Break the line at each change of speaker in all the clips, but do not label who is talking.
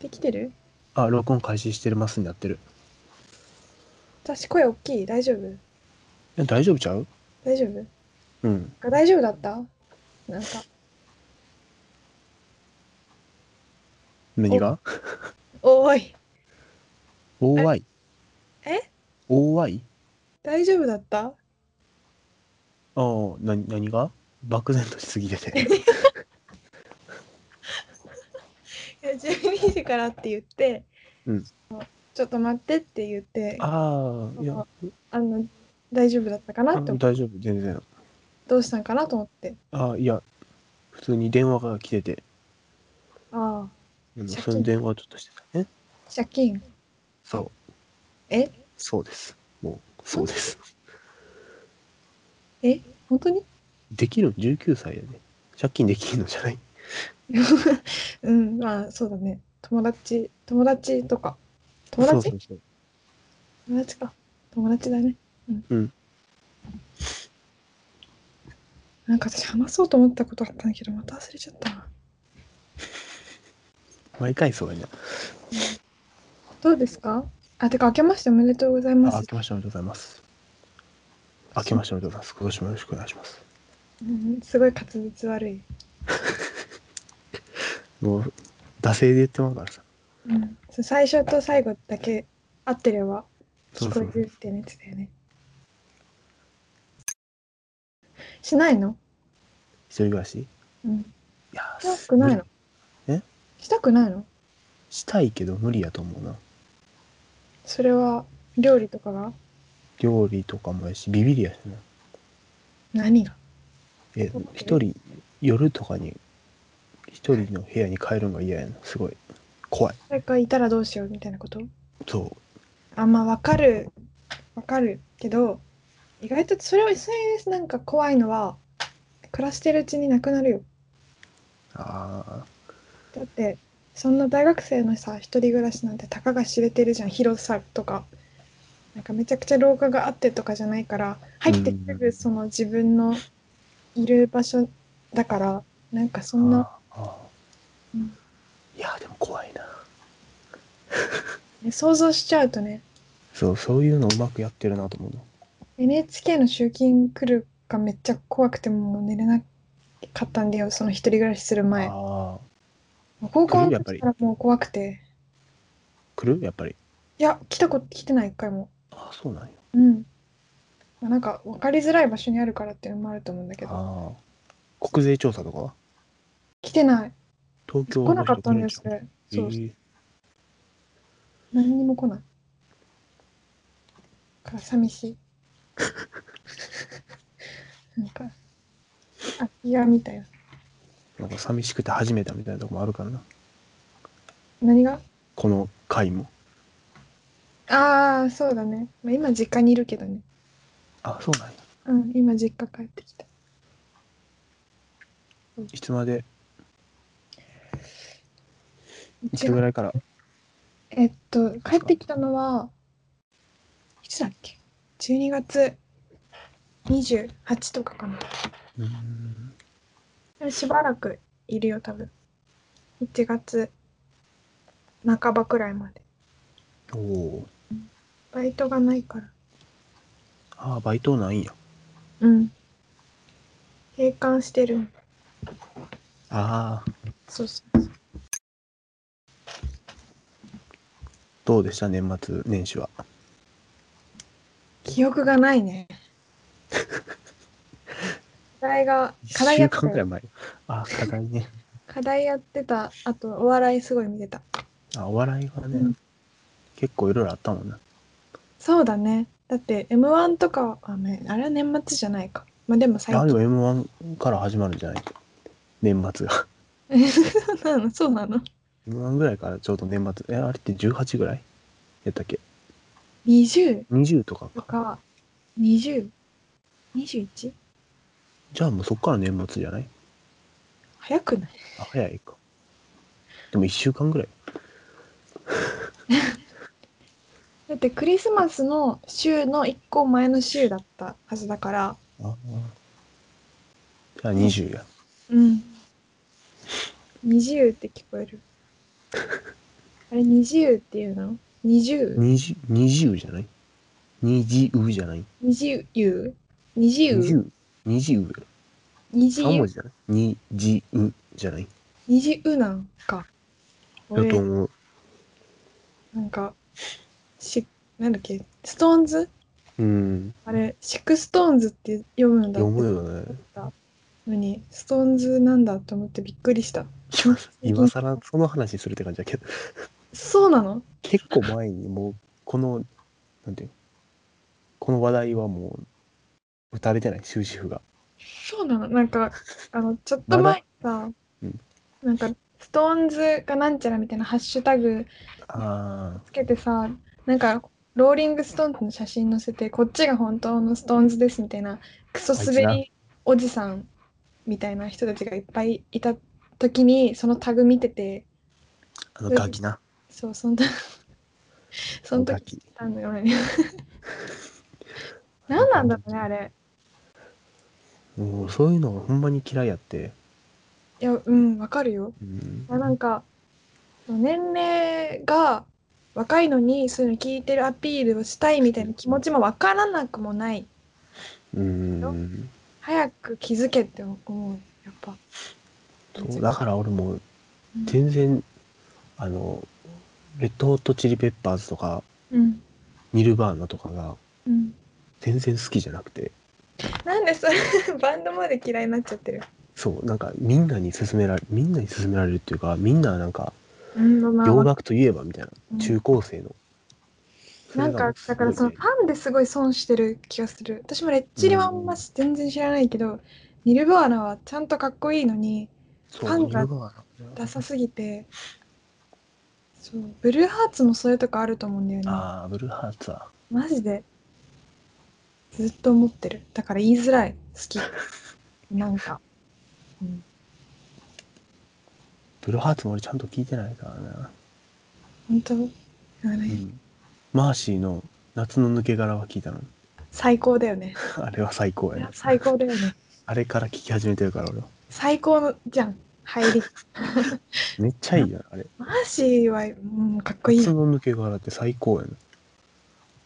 できてる
あ、録音開始してますになってる。
私声大きい大丈夫
え大丈夫ちゃう
大丈夫
うん。
あ大丈夫だったなんか
何が
おーい
?OY?
え
?OY?
大丈夫だった
ああ、な、何が漠然としすぎて て。
いや12時からって言って、
うん
ちょっと待ってって言ってあ
ああ、いや、
の大丈夫だったかなって思
大丈夫、全然。
どうしたんかなと思って
ああ、いや、普通に電話が来てて、
ああ
あの
借金
その電話をちょっとしてたね。
借金
そう、
え
そうです。もう、そうです。
え本当に
できるの19歳やね。借金できるのじゃない。
うんまあそうだね友達友達とか友達
そうそうそう
友達か友達だねうん、
うん
なんか私話そうと思ったことあったんだけどまた忘れちゃったな
毎回そうやね。
どうですかあてか明けましておめでとうございま
あ、
す
明けましておめでとうございます。明けましておめでとうございます。今年もよろしくお願いします。
うん、すごい滑舌悪い、
もう、惰性で言ってまうからさ。
うん、そう最初と最後だけ合ってれば
そ
聞
う
こ
そ
え
う
てるってやつだよねしないの
一人暮らしい
うん
やー、
したくないの
無理え
したくないの
したいけど無理やと思うな。
それは料理とかが
料理とかもやし、ビビりやしな。
何が
え
そうだね、
一人、夜とかに、一人の部屋に帰るのが嫌やな。すごい。怖い。
誰かいたらどうしようみたいなこと
そ
あまあわかるわかるけど意外とそれを SNS なんか怖いのは暮らしてるうちになくなるよ
う。ああ、
だってそんな大学生のさ一人暮らしなんてたかが知れてるじゃん広さとかなんかめちゃくちゃ廊下があってとかじゃないから入ってすぐその自分のいる場所だからなんかそんな
あーあ
う
ー
ん
いやー、でも怖いな。
ね想像しちゃうとね
そう、そういうのうまくやってるなと思うの。
NHK の集金来るがめっちゃ怖くてもう寝れなかったんだよその一人暮らしする前も
ああ、
う高校
来る
の
やっぱ
時
り
からもう怖くて
来るやっぱり。
いや来たこと来てない一回も
ああ、そうなんや。
うんまあなんか分かりづらい場所にあるからっていうのもあると思うんだけど
ああ、国税調査とかは
来てない
東京
来なかったん
る
で
ん
す
ち
そ
ゃう
れそう
ええ
何にも来ないだから寂 しいなんか空き家みたいな
なんか寂しくて始めたみたいなとこもあるからな。
何が
この回も。
ああそうだね、まあ、今実家にいるけどね
あ、そうなんや。
うん今実家帰ってきた
いつまで、い
一
つぐ
応
らいから。
えっと帰ってきたのはいつだっけ12月28とかかな
うーん。
でもしばらくいるよ多分1月半ばくらいまで
おおー。
バイトがないから
ああ、バイトないんや。
うん閉館してる
ああ、
そうそうそう
どうでした年末年始は。
記憶がないね課題が課題や
週
ってた
間くらい
よ
前。ああ、課題ね。
課題やってたあとお笑いすごい見てた
あお笑いがね、
うん
結構いろいろあったもんな。
そうだね。だって M1 とかはあ、ね、あれは年末じゃないか。まあでも最
あ、で
近。
も M1 から始まるんじゃない年末が。
そうなのそうなの
M1 ぐらいからちょうど年末。え、あれって18ぐらいやったっけ
?20
?20 とか
と
か。
か 20?21?
じゃあもうそっから年末じゃない
早くない
あ、早いか。でも1週間ぐらい。
だってクリスマスの週の1個前の週だったはずだから。
ああ。じゃあ20や。
うん。20って聞こえる。あれ二十っていうの二十
二十二十じゃない二十じゃない
二十湯二十
二
湯
十二十やろ
二十
三文
湯
字じゃない二十じゃない
二十湯なんか。
だと
俺
思う。
なんかしなんだっけストーンズ
うん。
あれシックストーンズって読むんだ
読
って
むよね。
のにストーンズなんだと思ってびっくりした。
今更その話するって感じだけど、
そうなの
結構前にもう、この、なんていうのこの話題はもう、打たれてない、終止符が。
そうなのなんかあのちょっと前にさ、
うん
なんかストーンズがなんちゃらみたいなハッシュタグ
あ
つけてさなんかローリングストーンズの写真載せてこっちが本当のストーンズですみたいなクソ滑
あいつ
りおじさんみたいな人たちがいっぱいいた時にそのタグ見てて
あ、あのガキな。
そうそんなその
ガ
時
キ。
あのよね 何なんだろうねあれ
もうそういうのがほんまに嫌いやって。
いやうんわかるよ
うん
いやなんか年齢が若いのにそういうの聞いてるアピールをしたいみたいな気持ちもわからなくもない
うん。
早く気づけって思うやっぱ
そうだから俺も
うん
全然、あの、レッドホットチリペッパーズとか、
うん
ニルバーナとかが
うん
全然好きじゃなくて、
なんでそれ バンドまで嫌いになっちゃってる
そう、なんかみんなに勧められ、みんなに勧められるっていうか、みんななんか、
うんまあまあ
洋楽といえばみたいな、
うん
中高生の。そ
な
れ
ん
がも
か
うす
だ
ご
か
い
らそのファンですごい損してる気がする私もレッチリはあんま全然知らないけど、ニルバーナはちゃんとかっこいいのに
そう
ファンが
ニルバーナ
ダサすぎてそうブルーハーツもそういうとこあると思うんだよね
ああ、ブルーハーツは。
マジでずっと思ってるだから言いづらい好きなんか、うん、
ブルーハーツも俺ちゃんと聞いてないからな。
本当あの
うんマーシーの夏の抜け殻は聞いたの。
最高だよね
あれは最高や
いや
な。
最高だよね
あれから聞き始めてるから俺は。
最高のじゃん入り
めっちゃいいやん、あれ。
マーシーは、うん、かっこいい
夏の抜け殻って最高やな。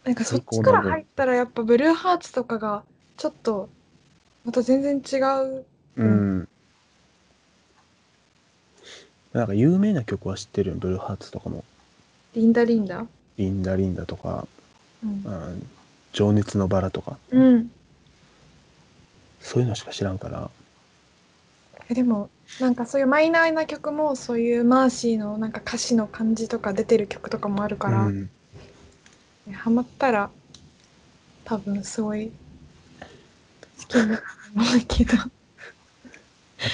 なんかそっちから入ったらやっぱブルーハーツとかがちょっとまた全然違う
う。
うん
なんか有名な曲は知ってるよ、ブルーハーツとかも。
リンダリンダ
リンダリンダとか、
うん
う、ん情熱のバラとか、
うん、
そういうのしか知らんから。
えでもなんかそういうマイナーな曲もそういうマーシーのなんか歌詞の感じとか出てる曲とかもあるから、
うん
ハマったら多分すごい好きになると思うけど
やっ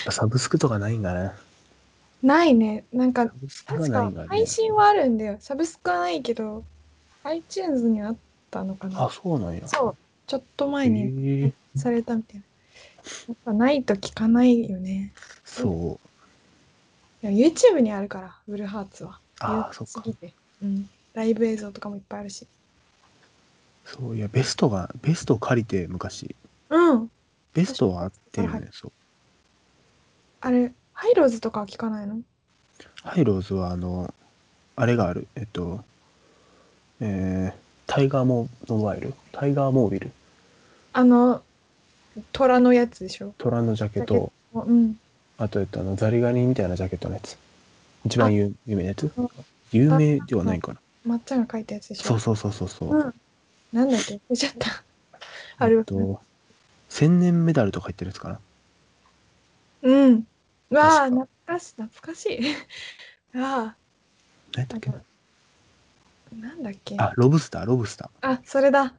ぱサブスクとかないんかな。
ないねなんか
サブスクが
確
ない
か
んかね
配。信はあるんだよサブスクはないけど iTunes にあったのか
あ、
な
そうなんや。
そうちょっと
う
前に
へえ
されたみたいなやっぱないと聞かないよね
そう。
でも YouTube にあるからブルーハーツは
あー、
有
そっか
名すぎ。てうんライブ映像とかもいっぱいあるし
そういや、ベストが、ベストを借りて昔。
うん
ベストはあってよ
はい
ね、そう。
あれハイローズとかは聞かないの
ハイローズはあの、あれがある、えっと、えー、タイガーモモバイル、タイガーモービル、
あの虎のやつでしょ
虎のジャケッ
ジャケ
ト、
うん
あとえっとあのザリガニみたいなジャケットのやつ。一番有有名なやつ
うん
有名ではないんかな。
まっちゃんが書いたやつでしょ
そうそうそうそうそう。
うんなんだっけ忘れちゃったある
えっと、千年メダルとか入ってるやつかな。
うんうわあ
確
懐かしい懐かしい わあ
何だっけ
なんかなんだっけ
あ、ロブスター、ロブスター
あそれだわ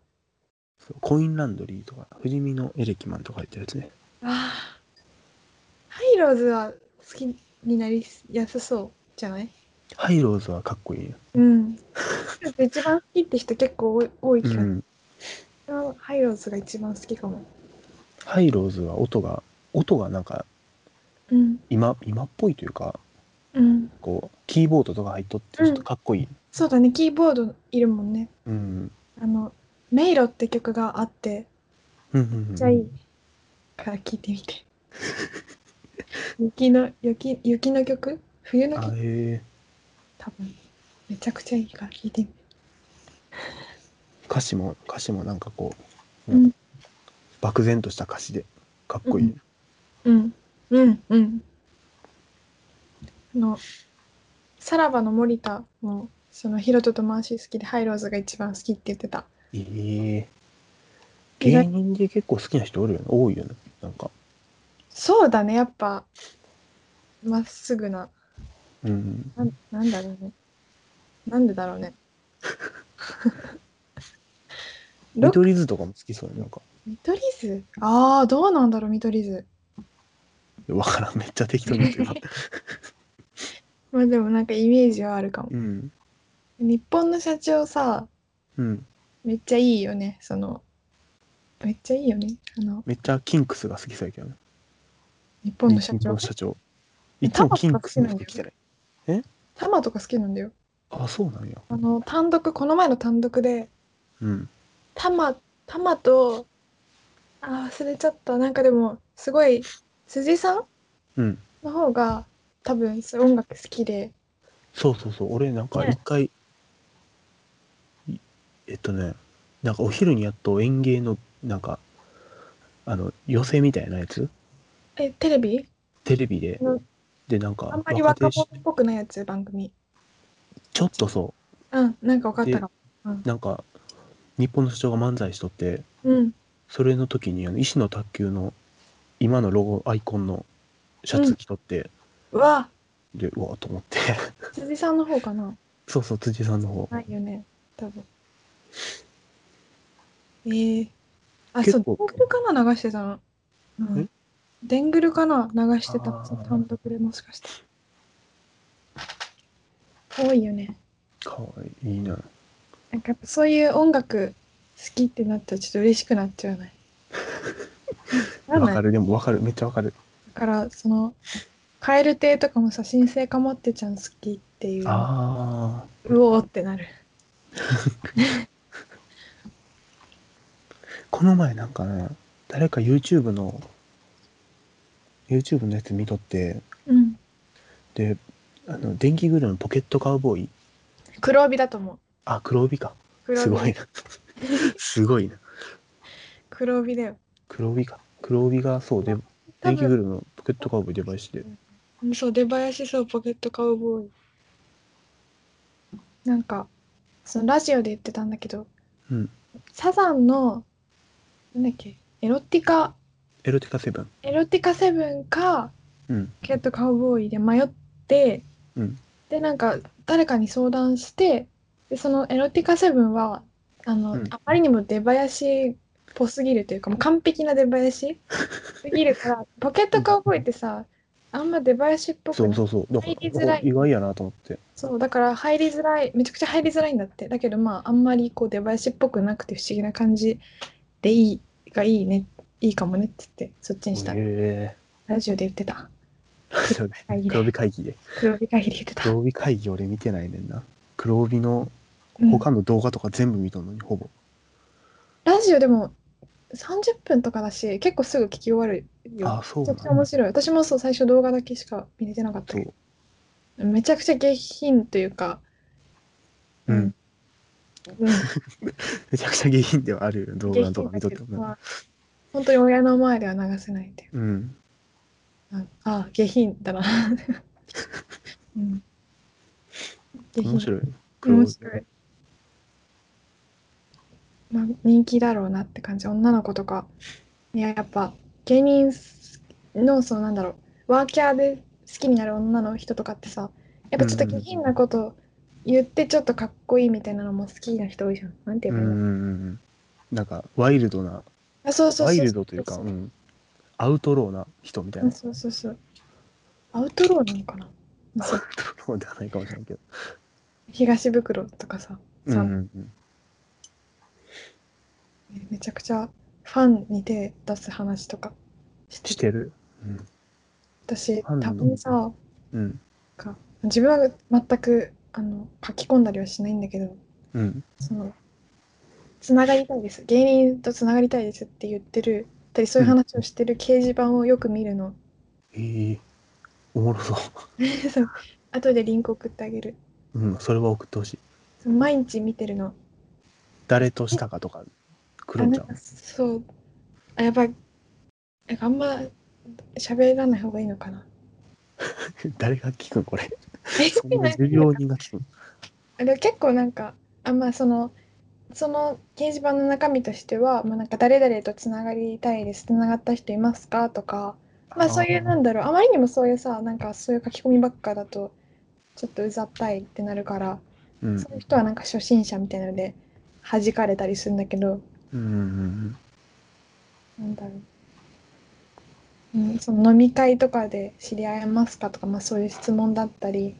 そう。コインランドリーとか、富士見のエレキマンとか入ってるやつね。
あハイローズは好きになりやすそうじゃない
ハイローズはかっこいいよ。
うん一番好きって人結構多い多いう気がする
ん。
うんハイローズが一番好きかも
ハイローズは音が、音がなんか
うん
今、今っぽいというか、
うん
こうキーボードとか入っとっ
う
て
ん
ちょっとかっこいい、
そうだねキーボードいるもんね
うん、
あの「迷路」って曲があって
うんうんうん
めっちゃいいから聞いてみて 雪の雪雪の曲冬の
あ
曲
へえ
多分めちゃくちゃいいから聞いてみ
歌詞も歌詞もなんかこう、
うん
漠然とした歌詞でかっこいい、
うんうんうんあのさらばの森田もそのヒロトとマーシー好きでハイローズが一番好きって言ってた
ええ
意外
芸人で結構好きな人おるよね多いよねなんか
そうだねやっぱまっすぐな
うん
なんなんだろうねなんでだろうね
見
ロ
取り図とかも好きそうやなんか
見取り図ああどうなんだろう見取り図
わからんめっちゃ適当に言ってるな
まあでもなんかイメージはあるかも
うん
日本の社長さ
うん
めっちゃいいよねそのめっちゃいいよねあの
めっちゃキンクスが好きそうやけどね
日本の社長
社長
え
いつ
タ
も
マ
キンクスの
好
服
き
着
な
て
んだ
る
よタマとか好きなんだよ
あそうなんや
あの単独この前の単独で
うん
タマタマとあー忘れちゃったなんかでもすごい辻さん
うん
の方が多分そう音楽好きで
そうそうそう俺なんか
ね
一回、いえっとねなんかお昼にやっと園芸のなんかあの寄せみたいなやつ
えテレビ
テレビで、
うん
でなんか
あんまり若
若手し
者っぽくないやつ番組
ちょっとそ
うんなんか分かったかも
うなんか日本の社長が漫才しとって
うん
それの時にあの医師の卓球の今のロゴアイコンのシャツ着とって、
うわ
でうわーと思って
辻さんの方かな
そうそう辻さんの方
ないよね多分えー、あそ
結
うデン
構
グルかな流してたの、うん
え、
デングルかな流してた
あー
その単独でもしかして多いよね
かわいいいいな
なんかやっぱそういう音楽好きってなったらちょっと嬉しくなっちゃわないなら
わ
ない
かるでもわかるめっちゃわかる
だからその蛙亭とかもさ新生かもってちゃん好きっていう
ああ
うおーってなる
この前なんかね、誰か YouTube の、YouTube のやつ見とって、
うん
で、あの、電気グルのポケットカウボーイ、
黒帯だと思う
あ、黒帯か。
黒
す
帯
ごいな。すごいな。
黒帯だよ
黒帯か。黒帯がそうで、
多
電気グ
分
ルのポケットカウボーイ出囃子で。
うんそう出囃子そうポケットカウボーイなんかそのラジオで言ってたんだけど
うん。
サザンのなんだっけエロティカ
エロティカセブン。
エロティカセブンか
うん。
ポケットカウボーイで迷って、
うん
でなんか誰かに相談してでそのエロティカセブンはあの、
うん
あまりにも出囃子っぽすぎるというかもう完璧な出囃子すぎる からポケットカウボーイってさあんま出囃子っぽく
そ
な
う
い
そうそう。だか
入りづら
ら、
い
お意外やなと思って。
そうだから入りづらいめちゃくちゃ入りづらいんだってだけどまああんまりこう出囃子っぽくなくて不思議な感じでいいがいいねいいかもねって言ってそっちにした、
へえ。
ラジオで言ってた
そうね
会議で
黒帯会議で。
黒帯会議で言ってた、
黒帯会議俺見てないねんな。黒帯の
うん
他の動画とか全部見とんのに、ほぼ。
ラジオでも30分とかだし結構すぐ聞き終わるよ
あ、そ
め
う
ち
な
ゃ
ん
くちゃ面白い私もそう最初動画だけしか見れてなかった
そう
け。どめちゃくちゃ下品というか
うん、
うん
めちゃくちゃ下品ではあるよ動
下
画とか
品だ
見とっ
け
て
ど、
も
まあ、本当に親の前では流せないという
うん
ああ下品だな、うん、下品
面白い
面白い、まあ、人気だろうなって感じ女の子とかいややっぱ芸人のそのなんだろうワーキャーで好きになる女の人とかってさやっぱちょっと下品なこと言ってちょっとかっこいいみたいなのも好きな人多いじゃんなんて
う
言
ん
え
う
ばいいの、
んうんなんかワイルドな
あそうそうそう
ワ
そう
イルドというかうんアウトローな人みたいな
そうそうそうアウトローなのかなそう
アウトローではないかもしれないけど
東袋とかさ
うん
さ
うんうん
めちゃくちゃファンに手出す話とかして
しててる
私
ファンの
多分さ
うん
か自分は全くあの書き込んだりはしないんだけど
うん
そのつながりたいです芸人とつながりたいですって言ってるたりそういう話をしてる掲示板をよく見るの、
ええおもろそう
そう後でリンク送ってあげる
うん、 それは送ってほしい。
その毎日見てるの
誰としたかとか、く
あ
るん
な
ち
ん
ゃ
か
ん。
そうあやっぱなんかあんま喋らない方がいいのかな
誰が聞くんこれ。
え
そんな重要人が聞くん
あでも結構なんかあまあそのその掲示板の中身としては、まあ、なんか誰々とつながりたいですつながった人いますかとかまあそういうなんだろうあまりにもそういうさなんかそういう書き込みばっかだとちょっとうざったいってなるから、
うん。
そういう人はなんか初心者みたいなので弾かれたりするんだけど
うんうん
なんだろう、うん、その飲み会とかで知り合えますかとか、まあ、そういう質問だったり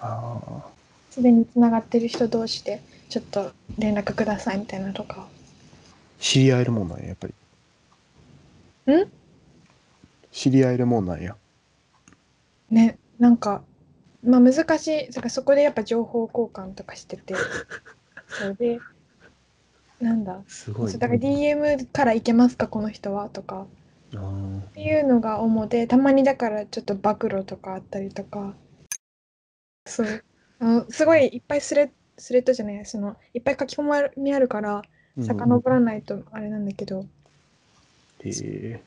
ああ。
すでにつながってる人同士でちょっと連絡くださいみたいなのとか。
知り合えるもんなんや、やっぱり。
ん
知り合えるもんなんや。
ねなんかまあ難しいだからそこでやっぱ情報交換とかして てそれでなんだ
すごい。
そうだから DM からいけますかこの人はとか
あー
っていうのが主でたまにだからちょっと暴露とかあったりとかそうあのすごいいっぱいスレスレッドじゃないそのいっぱい書き込みあるから遡らないとあれなんだけど、
うんへえ。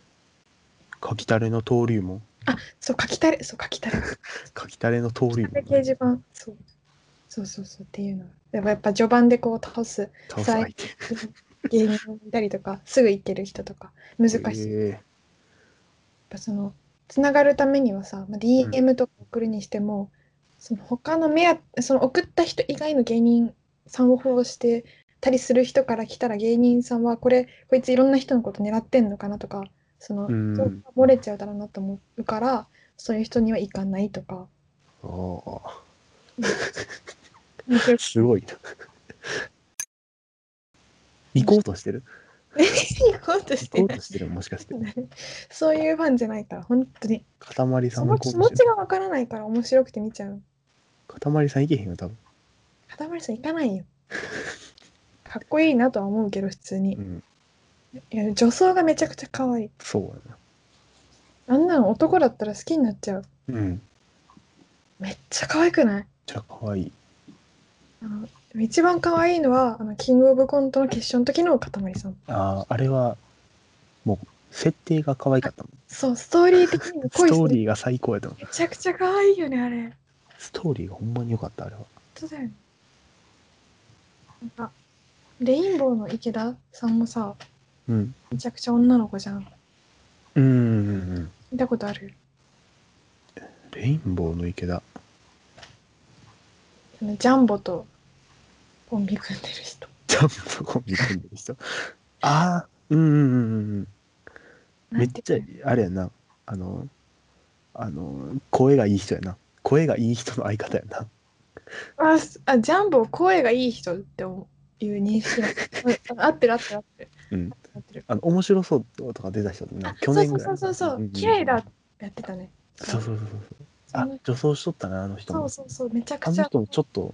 かきたれの登竜門。
そう書きたれそう書きたれ
かきたれの登竜
掲
門。
示板そうそうそうそうっていうのでもやっぱ序盤でこう倒す
倒す相手。
芸人を見たりとかすぐ行ける人とか難しい、やっ
へ
ぱそのつながるためにはさ、まあ、DM とか送るにしても、その他の目当その送った人以外の芸人さんをフォローしてたりする人から来たら芸人さんはこれこいついろんな人のこと狙ってんのかなとかその、
うん
情報が漏れちゃうだろうなと思うからそういう人には行かないとか
えああ。
面白い
すごいな。行こうとしてる
行こうとし
行
て
こう
ない
としてるもしかして。
そういうファンじゃないから本当に
かたまりさ
そ
んも
の
行こう
気
と
持
して
ち
る。
がわからないから面白くて見ちゃう
かたまりさん行けへんよ、多分。
かたまりさん行かないよ。かっこいいなとは思うけど普通に
う。ん。
いや女装がめちゃくちゃ可愛い。
そうや
あんなの男だったら好きになっちゃう。
な。うん。めっ
めっちゃ可愛くない
ちゃ可愛い。
あのでも一番可愛いのはあのキングオブコントの決勝の時のかたまりさん。
ああ、あれは、もう、設定が可愛かったもん。
そうストーリー的にも
ス
恋
トー
す
リ
る。
ーが最高やったもん。
めちゃくちゃ可愛いよねあれ。本
ストーリーがほんまに良かった、あれは。
当だよね。なんかレインボーの池田さんもさ
うん。
めちゃくちゃ女の子じゃん。
うんうんうん。
見たことある
レインボーの池田。
あのジャンボとコンビ組んでる人。
ジャンボコンビ組んでる人。ああ、うんうんうんうんうん。めっち
な
ゃ
んていうの、
あれやな。あの、あの、声がいい人やな。声がいい人の相方やな。
あ、すあジャンボ声がいい人って思ういう認識だうん合ってる合ってる合ってる
うん。
合ってる
あの、面白そうとか出た人だな。去
そう
年
そう
ぐ
そうそ
らいの。
うそ
ん
うん綺麗だやってたね
そうそうそうそう。
そ
あ
の、
女装しとったな、あの人
そ
も
う。そうそうめちゃ
あ
くち
の
ゃ
人もちょっと、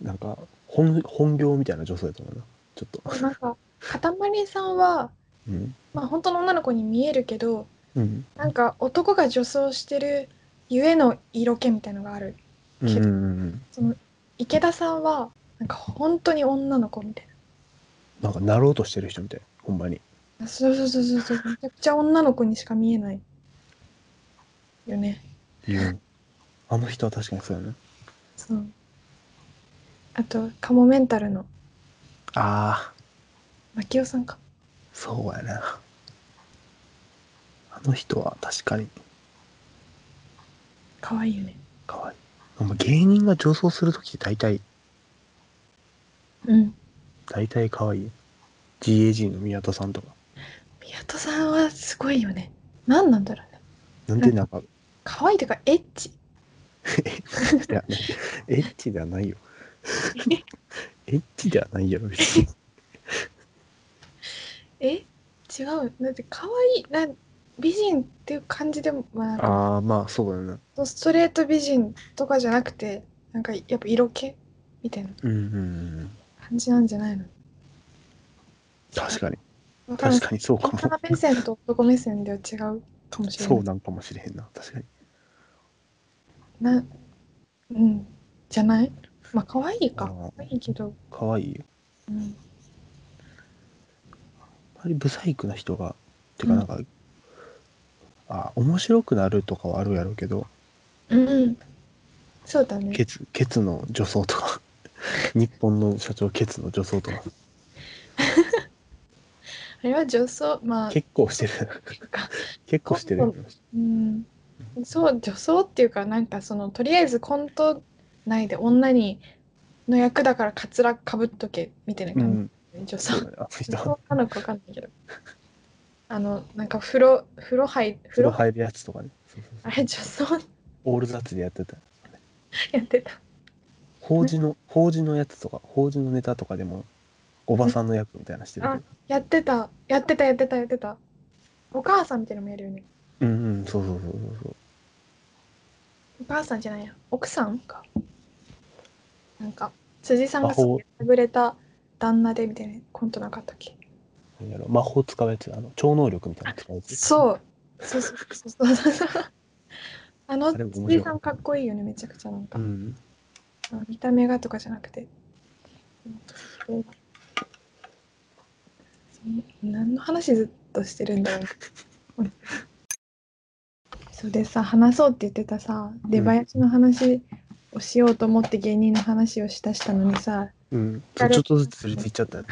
なんか、本本業みたいな女装やと思うな。ちょっと。
なんかかたまりさんは
うん。
まあ本当の女の子に見えるけど
うん。
なんか男が女装してるゆえの色気みたいのがある
うんうんうん。
その池田さんはなんか本当に女の子みたい
なんか、なろうとしてる人みたい。ほんまに。
なそうそうそうそうそうめちゃくちゃ女の子にしか見えないよね
うん。あの人は確かにそうやな。
そうあとカモメンタルの
ああ、
牧雄さんか
そうやな。あの人は確かに
可愛いよね
可愛い。まあ芸人が女装するときって大体、
うん
大体可愛い。GAG の宮田さんとか。
宮田さんはすごいよね何なんだろうね
なんでなんか、
可愛いというかエッチ
い や、エッチではないよ。 エッチではないやろ、別に。
え違うだって可愛いなん美人っていう感じでも、まあなんか
ああ、まあそうだな。
ストレート美人とかじゃなくてなんかやっぱ色気みたいな
うんうんうん。
感じなんじゃないの
確かに。
わかんない
確かにそうかも。
女目線と男目線では違うかもしれない
そうなんかもしれへんな。確かに。
なうんじゃないまあ可愛いか
あー
可愛いけど、
可愛いよ。
うん、
あまりブサイクな人が、てか
うん
なんか、あ、面白くなるとかはあるやろうけど、
うんうんそうだね
ケツ、ケツの女装と か、日本の社長ケツの女装とか、
あれは女装まあ
結構してる。
か
結構してる。
うんそう女装っていうかなんかそのとりあえずコント内で女にの役だからカツラかぶっとけみたいな
う
感
ん、
じ、女装
そうだね、あの人
女。装なのかわかんないけどあのなんか風呂風呂入
風
風呂
呂入るやつとかね。そうそうそ
あ
う
れ女装
オールザッツでやってた。
やってた
法事の、法事のやつとか、法事のネタとかでも、おばさんの役みたいなのしてるけど。
やってたやってたやってたやってたお母さんみたいなのもやるよね
うんうん、そうそうそうそうそう。
お母さんじゃないや奥さんかなんか辻さんが
魔法
優れた旦那でみたいなコントなかったっけ
何やろ魔法使うやつ、あの超能力みたいなの使うやつ。
そうそうそうそうそうそう そうあの
あれ面白い
辻さんかっこいいよねめちゃくちゃなんか、
うん。
見た目がとかじゃなくてうんそん何の話ずっとしてるんだろううんそれでさ話そうって言ってたさ出囃子の話をしようと思って芸人の話をしだしたのにさ
うん。ちょちょっとずつ連れていっちゃったよね。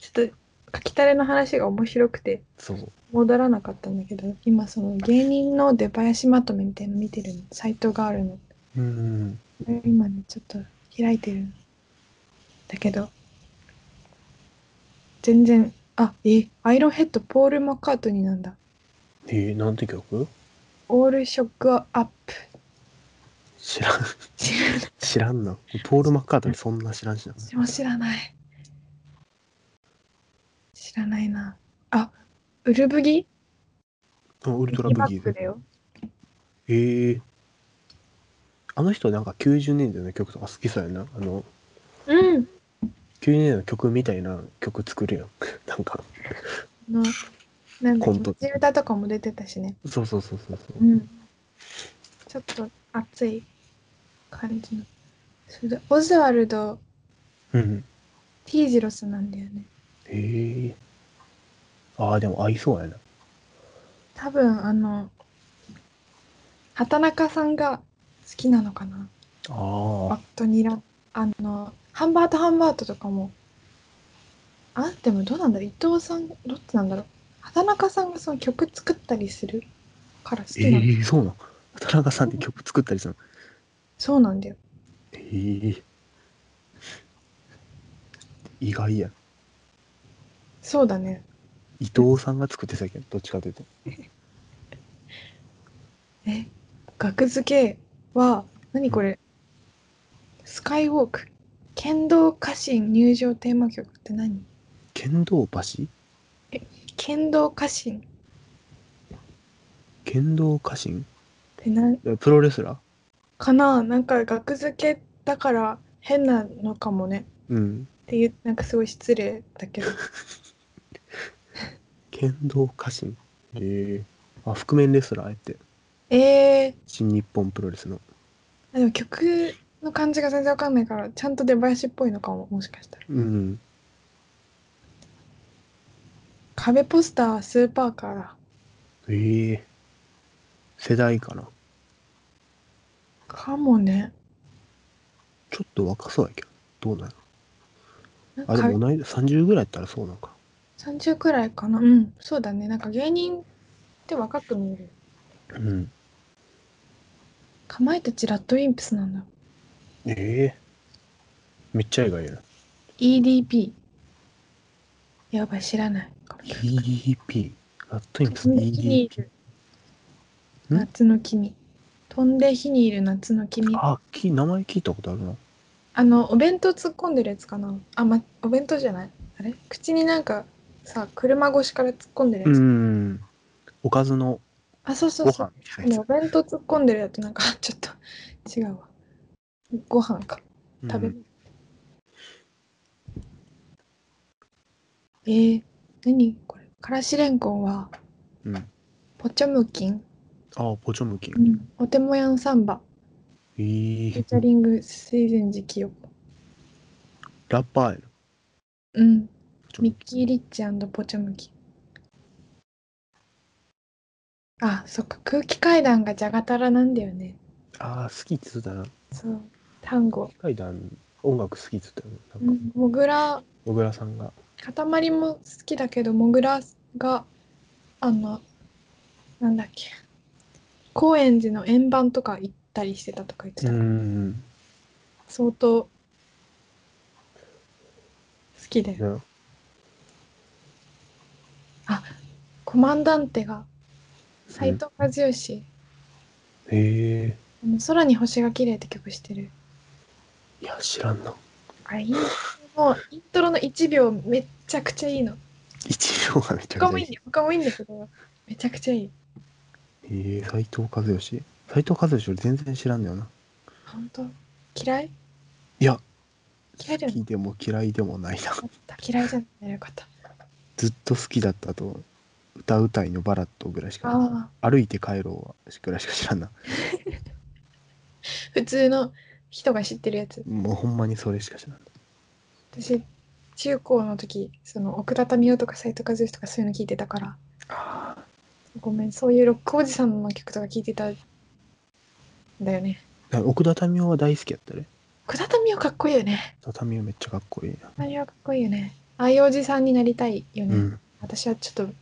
ちょっと書きたれの話が面白くて
そう。
戻らなかったんだけど今その芸人の出囃子まとめみたいなの見てるのサイトがあるの
うん。
これ今ねちょっと開いてるんだけど全然あえアイロンヘッドポール・マッカートニーなんだ
えー、なんて曲
「オールショックアップ
知らん。」
知らない
知らんな。ポール・マッカートにそんな知らんしな。
私も知らない知らないなあウルブギ
あウルトラ
ビ
ブ
バ
ギ
ッ
ー
ク
ズ
だ。よ
えー。あの人なんか90年代の曲とか好きそうやな。あの、
うん
90年代の曲みたいな曲作るやん。 なんか、
あのなんだ
コ
っ
ント
け歌とかも出てたしね
そうそうそうそうそうう。
ん、ちょっと熱い感じのそれでオズワルド・
うん。
ティージロスなんだよね
えー。ああ、でも合いそうやな。
多分あの畑中さんが好きなのかなバ
あ
ットニラあのハンバートハンバートとかもあでもどうなんだろう伊藤さんどっちなんだろう畑中さんがその曲作ったりするから好
え
きなの、
ー、そうなん。田中さんって曲作ったりするの。
そうなんだよ
えー、意外や。
そうだね
伊藤さんが作ってたけど、どっちかというと。
え額付けは何これスカイウォーク剣道家臣入場テーマ曲って何
剣道橋
剣道家臣っ
剣道家臣
てなん
プロレスラー
かななんか額付けだから変なのかもね
うん。
っていうなんかすごい失礼だけど
剣道家臣えー、あ、覆面レスラーやって。
えー、
新日本プロレスの。
あでも曲の感じが全然わかんないからちゃんと出囃子っぽいのかももしかしたら
うん。
壁ポスターはスーパーカーだ
えー、世代かな。
かもね
ちょっと若そうやけど。どうなの
なんか
あ、でも同い、30ぐらいやったらそうなんか。
30くらいかなうんそうだねなんか芸人って若く見える
うん。
かまいたちラッドウィンプスなんだ
えー、めっちゃ意外やな。
EDP やばい知らないこの曲
EDP。ラットインプス
飛んで火にい
EDP。
る夏の君飛んで火にいる夏の君あ
あ、き名前聞いたことあるな。
のお弁当突っ込んでるやつかなあまお弁当じゃないあれ口になんかさ車越しから突っ込んでる
う
やつ、
ん。おかずの
あそうそ
ご
うそう
飯みたいな
で
や
お弁当突っ込んでるやつなんか ちょっと違うわご飯か
つ。
食べ
う
る、
ん
えー、何これからしれんこんは
うん。あ
ポチョムキン、
あ、ポチョムキン。
お手もやんサンバ
ええ
フュー
ー
チ、ャリング水前寺清子。
ラッパーやろ
うん。
ちょ
ミッキー・リッチポチョムキ。あ、そっか。空気階段がジャガタラなんだよね。
ああ、好きっつってたな。
そう。単語。
階段、音楽好きっつってたよ
う
な。なんか、
ん。モグラ、
小倉さんが。
塊も好きだけど、モグラが、あの、なんだっけ。高円寺の円盤とか行ったりしてたとか言って
う
た。
ん。ね
相当、好きだよ。コマンダンテが、斎藤和義、
へえ
あの空に星が綺麗って曲してる。
ー。いや、知らんな。
あインもうイントロの1秒めっちゃくちゃいいの。
一秒がめちゃ
他
く
もい
ち
い
ゃ
んだ
い
よ。他もいいんだけど、めちゃくちゃいい。
い。へえー、斎藤和義。斎藤和義俺全然知らんだよな。
本当嫌い
いや、
嫌いだ
好
よね。
きでも嫌いでもないな。
よかった嫌いじゃないよかった。
ずっと好きだったと、歌うたいのバラットぐらいしか、
ああ、
歩いて帰ろうはぐらいしか知らんな。
普通の人が知ってるやつ。
もうほんまにそれしか知らん。
私、中高の時、その奥田民生とか斎藤和義とかそういうの聞いてたから、
ああ。
ごめん、そういうロックおじさんの曲とか聞いてたんだよね。
奥田民生は大好きやったね。
奥田民生かっこいいよね。
奥田民生めっちゃかっこいいな。
あれはかっこいいよね。ああいうおじさんになりたいよね。
うん。
私はちょっと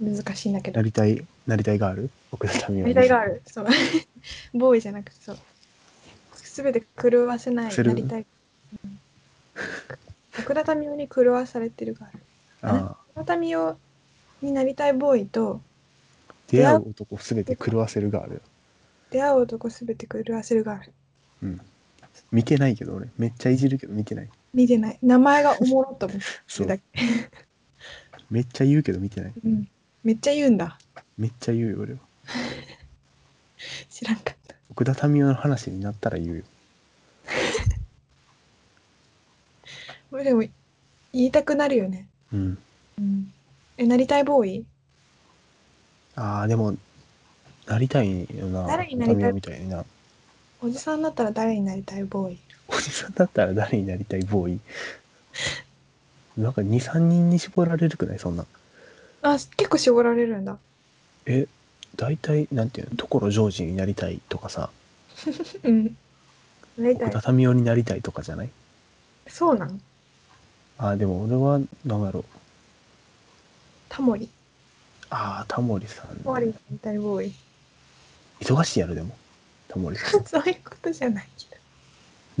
難しいんだけど
な。りたい、なりたいガール奥田民生。
なりたいがあ。る。そう。 ボーイじゃなくて、そう。すべて狂わせない、
す
な
る
りたい。うん奥田民生に狂わされてるがある。
ああ。
奥田民生になりたいボーイと、
出会う男すべて狂わせるガール。
出会う男すべて狂わせるがある。
うん。見てないけど俺、めっちゃいじるけど見てない。
見てない。名前がおもろと思っ
そ
てだ
う。
け。
めっちゃ言うけど見てない。
うん。めっちゃ言うんだ。
めっちゃ言うよ俺は。
知らんかった。
奥田民生の話になったら言うよ。
これでも、言いたくなるよね。
うん。
うん。え、なりたいボーイ
ああ、でも、なりたいよな。
誰になりたい
奥田民生みたいにな。
おじさんだったら誰になりたいボーイ
おじさんだったら誰になりたいボーイなんか2、3人に絞られるくないそんな。
あ、結構絞られるんだ。
え、大体、なんていうの、所ジョージになりたいとかさ、
うん。なりた
奥
い。
田民生になりたいとかじゃない
そうなん
ああ、でも俺は、なんだろう。
タモリ。
ああ、タモリさん、
タモリみたいボーイ。。
忙しいやろ、でも。タモリさ ん
そういうことじゃないけ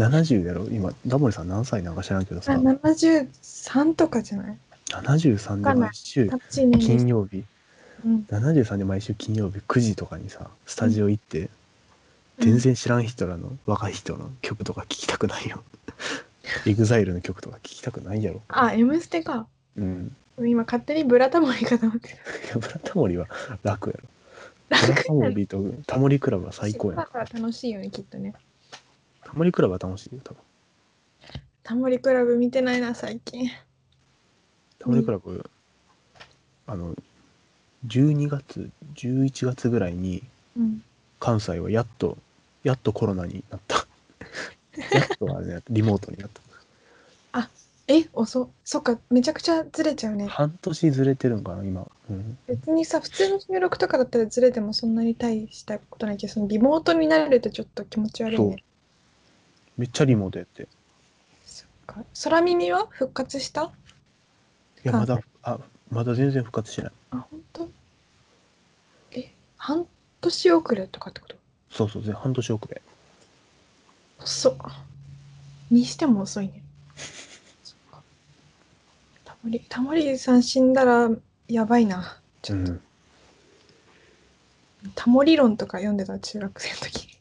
70やろ今、タモリさん何歳なんか知らんけど
ど。
さ
あ、、73とかじゃない
73で毎週
楽しい年で
金
す。
曜日、
うん。
73で毎週金曜日9時とかにさ、スタジオ行って、全然知らん人らの若い人の曲とか聴きたくないよ。 エグザイルの曲とか聴きたくないやろ。
あ、M ステか。
うん。
今勝手にブラタモリかと思って
いやブラタモリは楽やろ。
た。
ブラタモリとタモリクラブは最高や
だ
ん。
から楽しいよね、きっとね。
タモリクラブは楽しいよ、多分。
タモリクラブ見てないな、最近。
タモリクラブ、あの、12月、11月ぐらいに
うん。
関西はやっと、やっとコロナになった。 やっとあれね、リモートになった。
え、遅っ。そっか、めちゃくちゃずれちゃうね。
半年ずれてるんかな、今。うん。
別にさ、普通の収録とかだったらずれてもそんなに大したことないけど、そのリモートになるとちょっと気持ち悪い
そう
ね。。
めっちゃリモートやって。い
そっか。空耳は復活した
や、まだ、あ、まだ全然復活しない。
あ、本当？え、半年遅れとかってこと
そうそう、ぜ半年遅れ。
遅っ。にしても遅いね。そっかタモリ、タモリさん死んだらやばいな。ちょっと、
ん。
タモ理論とか読んでた中学生の時。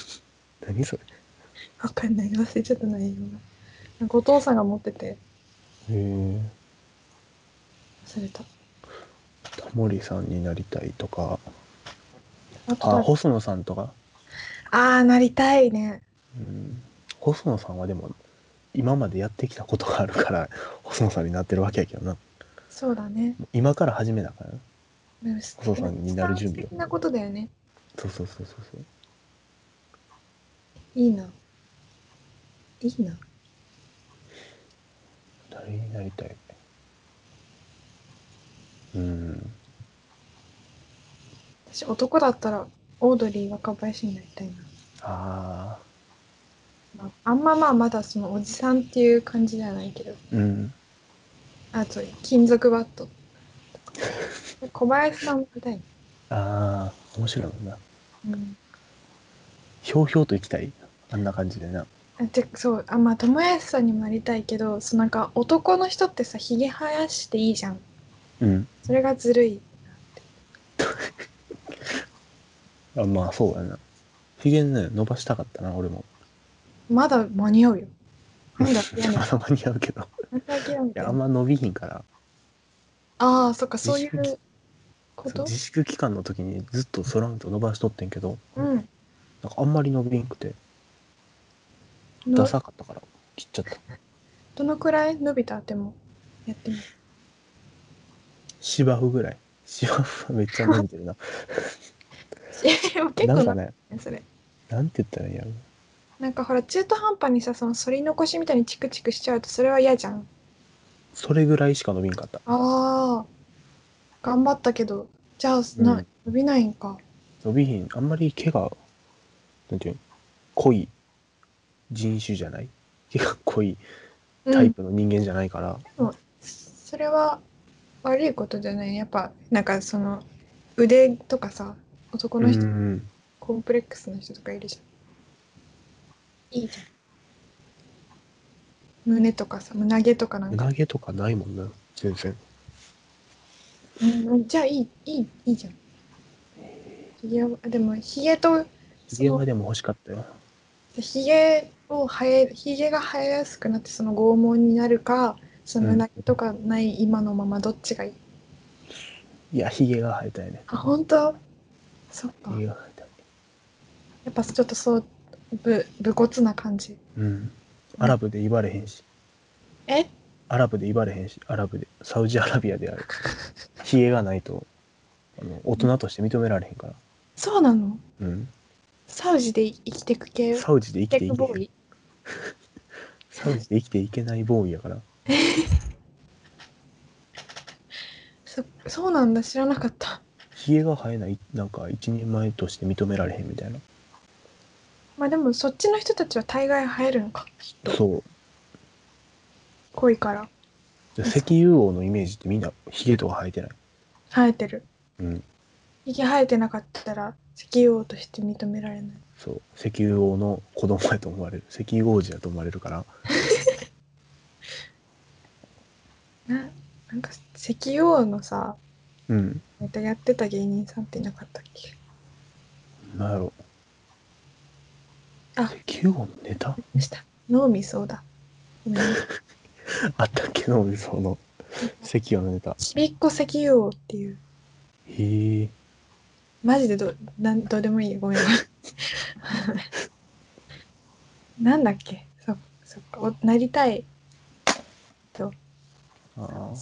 何それ。
わかんない。忘れちゃった内容が。なんかお父さんが持ってて
へえ。
忘れた。
タモリさんになりたいとか、
あと
あ、
だ
細野さんとか。
あー、なりたいね。
うん。細野さんはでも、今までやってきたことがあるから、 細野さんになってるわけやけどな。
そうだね。
今から始めだからな。
細
さんになる準備を
的なことだよね。
そうそうそうそうそう。
いいな。いいな。
誰になりたいうん
私、男だったら、オードリー若林になりたいな。
ああ
まああんままあ、まだそのおじさんっていう感じじゃないけど、
うん
あと、金属バット。小林さんみたいな。
ああ面白いもんな
うん。
ひょうひょうと行きたいあんな感じでな
あてそうあまあ友康さんにもなりたいけどそうなんか男の人ってさひげ生やしていいじゃん
うん
それがずるい
あまあそうだなひげね伸ばしたかったな俺も
まだ間に合うよなんだ 嫌
ま
な
だ間に合うけど
なんだ嫌み
い
たい
や
な
あんま伸びひんから
ああそっかそうい
自粛
うこ
そう
と
自粛期間の時にずっとそらんと伸ばしとってんけど
うん
なんかあんまり伸びんくて
の
ダサかったから切っちゃった
どのくらい伸びたでもやってみる
芝生ぐらい芝生はめっちゃ伸びてる な
いや結
な
構
ん
な
かね
それ
なんて言ったらいいんやろ
なんかほら中途半端にさその反り残しみたいにチクチクしちゃうとそれは嫌じゃん
それぐらいしか伸びんかった
ああ頑張ったけどじゃあ、
う
なん伸びないんか
伸びひんあんまり毛がなんていうの濃い人種じゃない毛が濃いタイプの人間じゃないから、
それは悪いことじゃないやっぱなんかその腕とかさ男の人、
うん
コンプレックスの人とかいるじゃんいいじゃん胸とかさ胸毛とかなんか、
胸毛とかないもんな全然
うん、じゃあいいいいいいじゃんひげをでもひげと
ひげはでも欲しかったよ
ひげを生えひげが生えやすくなってその拷問になるかその胸毛とかない今のままどっちがいい、
いやひげが生えたいね
あ本当そっか
ひげが生えたい
やっぱちょっとそうぶ武骨な感じ
うんアラブで言われへんし
え
アラブで言われへんしアラブでサウジアラビアであ るひげがないとあの大人として認められへんから
そうなの
うん
サウジで生きてく系
サウジで生きてい
テクボー
け
イ
サウジで生きていけないボーイやから
そそうなんだ知らなかった
ひげが生えないなんか一人前として認められへんみたいな
まあでもそっちの人たちは大概生えるのかきっと
そう
濃いから
で石油王のイメージってみんなひげとか生えてない
生えてる
うん
ひげ生えてなかったら石油王として認められない
そう石油王の子供やと思われる石油王子やと思われるから
ななんか石油王のさ
うん
ネタやってた芸人さんっていなかったっけ
なんやろ
あ
石油王のネタ
でした脳みそだごめんね
あったっけのそ の石油王のネタ
ちびっこ石油王っていう
へえ
マジでどなんどうでもいいよごめん なんだっけそそっかおなりたい
ああ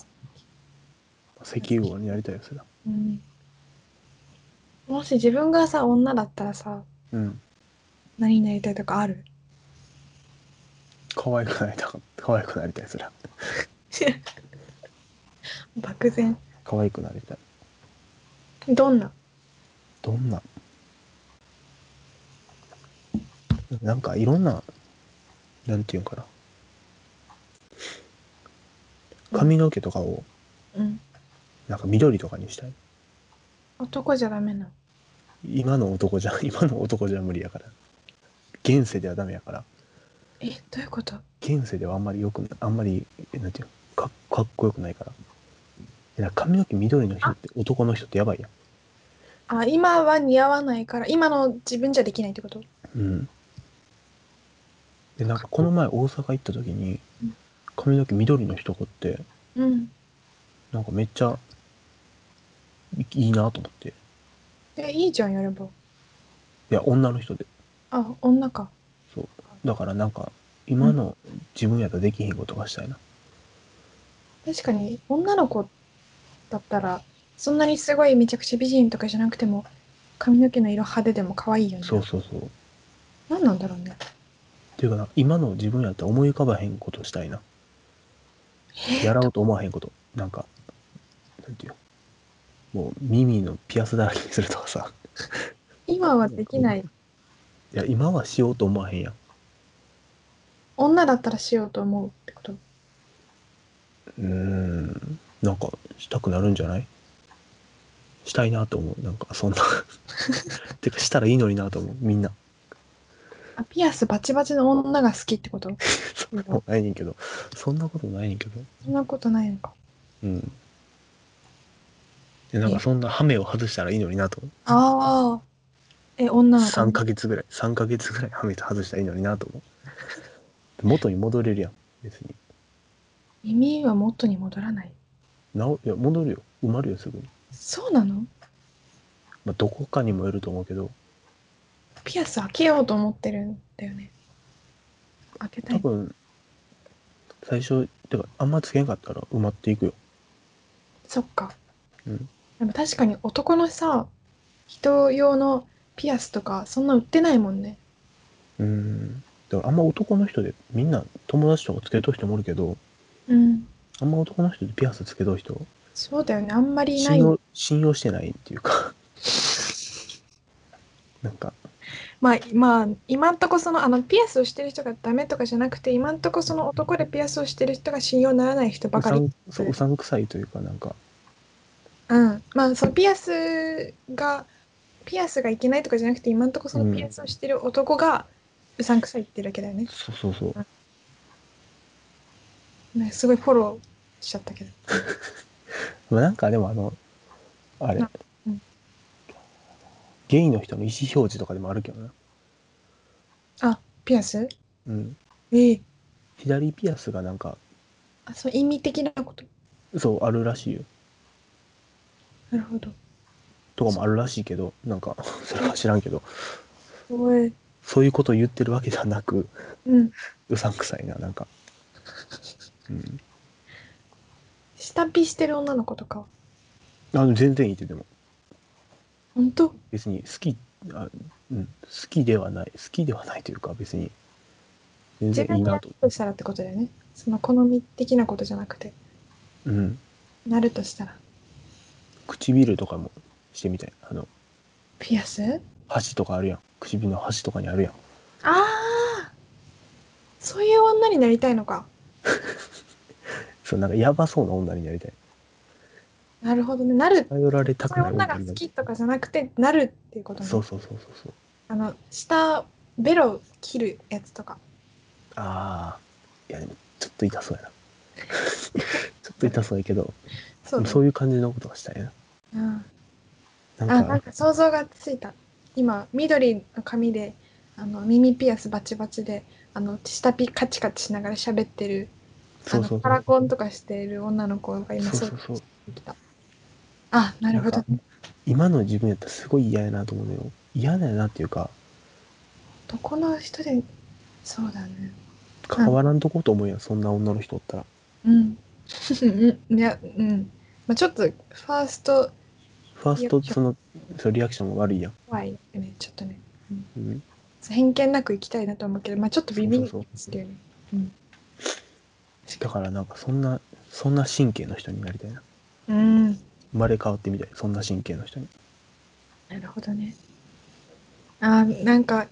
石油王になりたいですな
うんもし自分がさ女だったらさ
うん
何になりたいとかある
可愛くなりたか可愛くなりたいすら
漠然
可愛くなりたい
どんな
どんななんかいろんななんていうんかな髪の毛とかを
うん
なんか緑とかにしたい
男じゃダメなの
今の男じゃ今の男じゃ無理やから現世ではダメやから
えどういうこと
現世ではあんまりよくあんまりなんていうのかかっこよくないからえなんか髪の毛緑の人って男の人ってやばいや
あ今は似合わないから今の自分じゃできないってこと
んうんでなんかこの前大阪行った時に
うん
髪の毛緑の人って
うん
なんかめっちゃいいいなと思ってい
えいいじゃんやれば
や女の人で
あ女か
そうだからなんか今の自分やったらできへんことがしたいな
確かに女の子だったらそんなにすごいめちゃくちゃ美人とかじゃなくても髪の毛の色派手でも可愛いよね
そうそうそう
何なんだろうね
ていうかな今の自分やったら思い浮かばへんことしたいなやろうと思わへんことなんかなんていうもう耳のピアスだらけにするとかさ
今はできない
いや今はしようと思わへんやん
女だったらしようと思うってこと
うーんなんかしたくなるんじゃないしたいなと思うなんかそん なてかしたらいいのになと思うみんな
あピアスバチバチの女が好きってこと
そんなことないねんけどそんなことないねんけど
そんなことないのか
うんでなんかそんなハメを外したらいいのになと思
ああえ女
う
の子
3ヶ月ぐらい3ヶ月ぐらいハメ外したらいいのになと思う元に戻れるやん別に
耳は元に戻らない
なおいや戻るよ埋まるよすぐに、
そうなの
まあ、どこかにもよると思うけど
ピアス開けようと思ってるんだよね開けた
多
い
分最初てかあんまつけんかったら埋まっていくよ
そっか、
うん
でも確かに男のさ人用のピアスとかそんな売ってないもんね
うんだからあんま男の人でみんな友達とかつけとる人もおるけど
うん
あんま男の人でピアスつけとる人
そうだよねあんまりいな
信
い
用信用してないっていうか なんか
まあまあ今んとこそのあのピアスをしてる人がダメとかじゃなくて今んとこその男でピアスをしてる人が信用ならない人ば
う
か
さ
り
んそううさんくさいというかなんか
うんまあそのピアスがピアスがいけないとかじゃなくて今んとこそのピアスをしてる男がうさんくさいってるだけだよね、
そうそうそう
ねすごいフォローしちゃったけど
まあなんかでもあのあれ
な、うん
ゲイの人の意思表示とかでもあるけどな、
あピアス
うん、
ええ
左ピアスがなんか
あそう意味的なこと
そうあるらしいよ
なるほど
とかもあるらしいけどなんか それは知らんけど
すごい
そういうことを言ってるわけじゃなく
うん
うさんくさいななんか、うん、
下ピしてる女の子とか
あの全然いいってでも
本当
別に好きあ、うん、好きではない好きではないというか別に全
自
然
分
いい
にや
な
る
と、
としたらってことだよねその好み的なことじゃなくて
うん、
なるとしたら
唇とかもしてみたいあの
ピアス
箸とかあるやん唇の箸とかにあるやん
ああそういう女になりたいのか
そうなんかやばそうな女になりたい
なるほどねなる
頼られた
そ
く
ういう
な
女
い
が
に
好
なりた
き
い
とかじゃなくてなるっていうことね
そうそうそうそうそう
あの下ベロ切るやつとか
ああいやでもちょっと痛 そうやなちょっと痛そうやけど
そ
そうう
だね
いう感じのことがしたいな
うん
な
あ
んか
なんか想像がついた今緑の髪であの耳ピアスバチバチであの下ピカチカチしながら喋ってるあ
そうそ
の
う
カ
そう
ラコンとかしてる女の子が今
そ
そ
うそう
う
そう
きたあなるほど
なんか今の自分やったらすごい嫌やなと思うのよ嫌だよなっていうか
男の人でそうだね
関わらんとこうと思うやんそんな女の人おったら
うんうんいやうん、まあ、ちょっとファースト
ファース
い
ト
や
そのそのリアクションも悪いやん、
怖いよねちょっとね
うん、
偏見なく行きたいなと思うけどまあちょっとビビり
そうそう
するよね
だからなんかそんなそんな神経の人になりたいな
うん
生まれ変わってみたいそんな神経の人に
なるほどね。あーなんか